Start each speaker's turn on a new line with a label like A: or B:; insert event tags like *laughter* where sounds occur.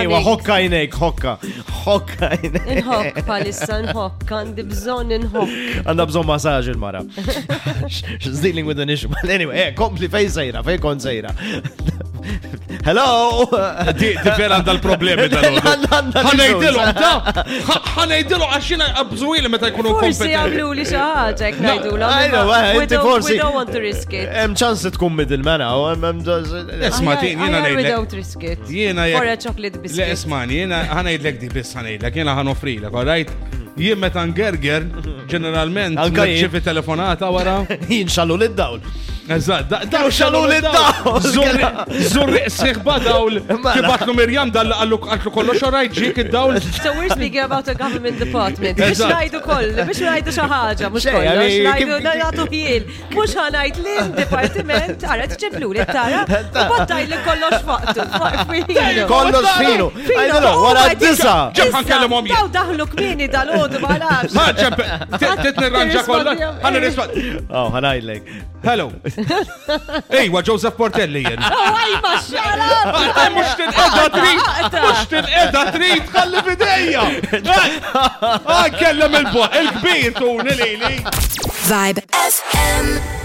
A: Ejwa, hokka jnejk, hokka. Hokka jnejk.
B: Nħok palissa, nħok, għandi bżon nħok.
A: Għanda bżon massaġ
B: *laughs*
A: il-mara. She's dealing with an issue. But anyway, eh, kompli fej sejra, fej kon sejra. Hello!
C: Ti vera għandha l-problemi
A: *laughs*
C: tal-għodu. Ħanejdilom, ta! Ħanejdilom għaxina għabżwili meta jkunu
B: Forsi
C: kompetenti.
B: għamlu li xaħġa, jek najdu l
A: I Eh, know, eh, inti forsi-
B: We don't want to risk it.
A: Hemm ċans li tkun middle-mena u hemm- hemm
C: Yes.
A: does-
C: Isma'
B: I-
C: tin,
B: I
C: jiena
B: am
C: ngħidlek.
B: Without risk it.
C: Jiena jek-
B: For a chocolate
C: Le
B: biscuit.
C: ismani, jena ħanajdlek di biss ħanajdlek, jena ħanofrilek, all right? Jien meta ngerger, ġeneralment,
A: Anka jien.
C: nirċifi telefonata wara.
A: *laughs* Jinxallu lid-dawl.
C: Eżatt, da- da-
A: Kienu xallu li dawl.
C: Zurri- Zurri sieħba dawl.
A: Mela.
C: Kibatlu Mirjam dal-għallu kollox, all right, ġik id-dawl.
B: So
A: *laughs*
B: we're speaking about a government department. Biex
C: Eżatt.
B: najdu koll, biex najdu xaħġa, mux
A: Xej,
B: koll,
A: għalli,
B: biex najdu
A: kif-
B: najdu jil. Mux ħanajt li
A: *laughs*
B: departiment għaret ċeplu li tara, u battaj li kollox faqtu.
A: Kollox finu.
B: Oh
A: Għajdilom, wara d-disa.
C: Ġem ħankellem għom jien.
B: Daw daħlu kmini dal-ħodu balax.
C: Ma ġeb, tit nirranġa kollox. Ħana rispondi.
A: Oh, ħanajlek.
C: Hello. أيوة، Ejwa, Joseph Portelli jien.
B: Għaj Oh, ma xara!
C: Għadda mux tinqedda trid! Mux tinqedda trid! Kalli bidejja! آه، Ah, kellem il-bot, il-kbir tu nilili!
D: Vibe FM.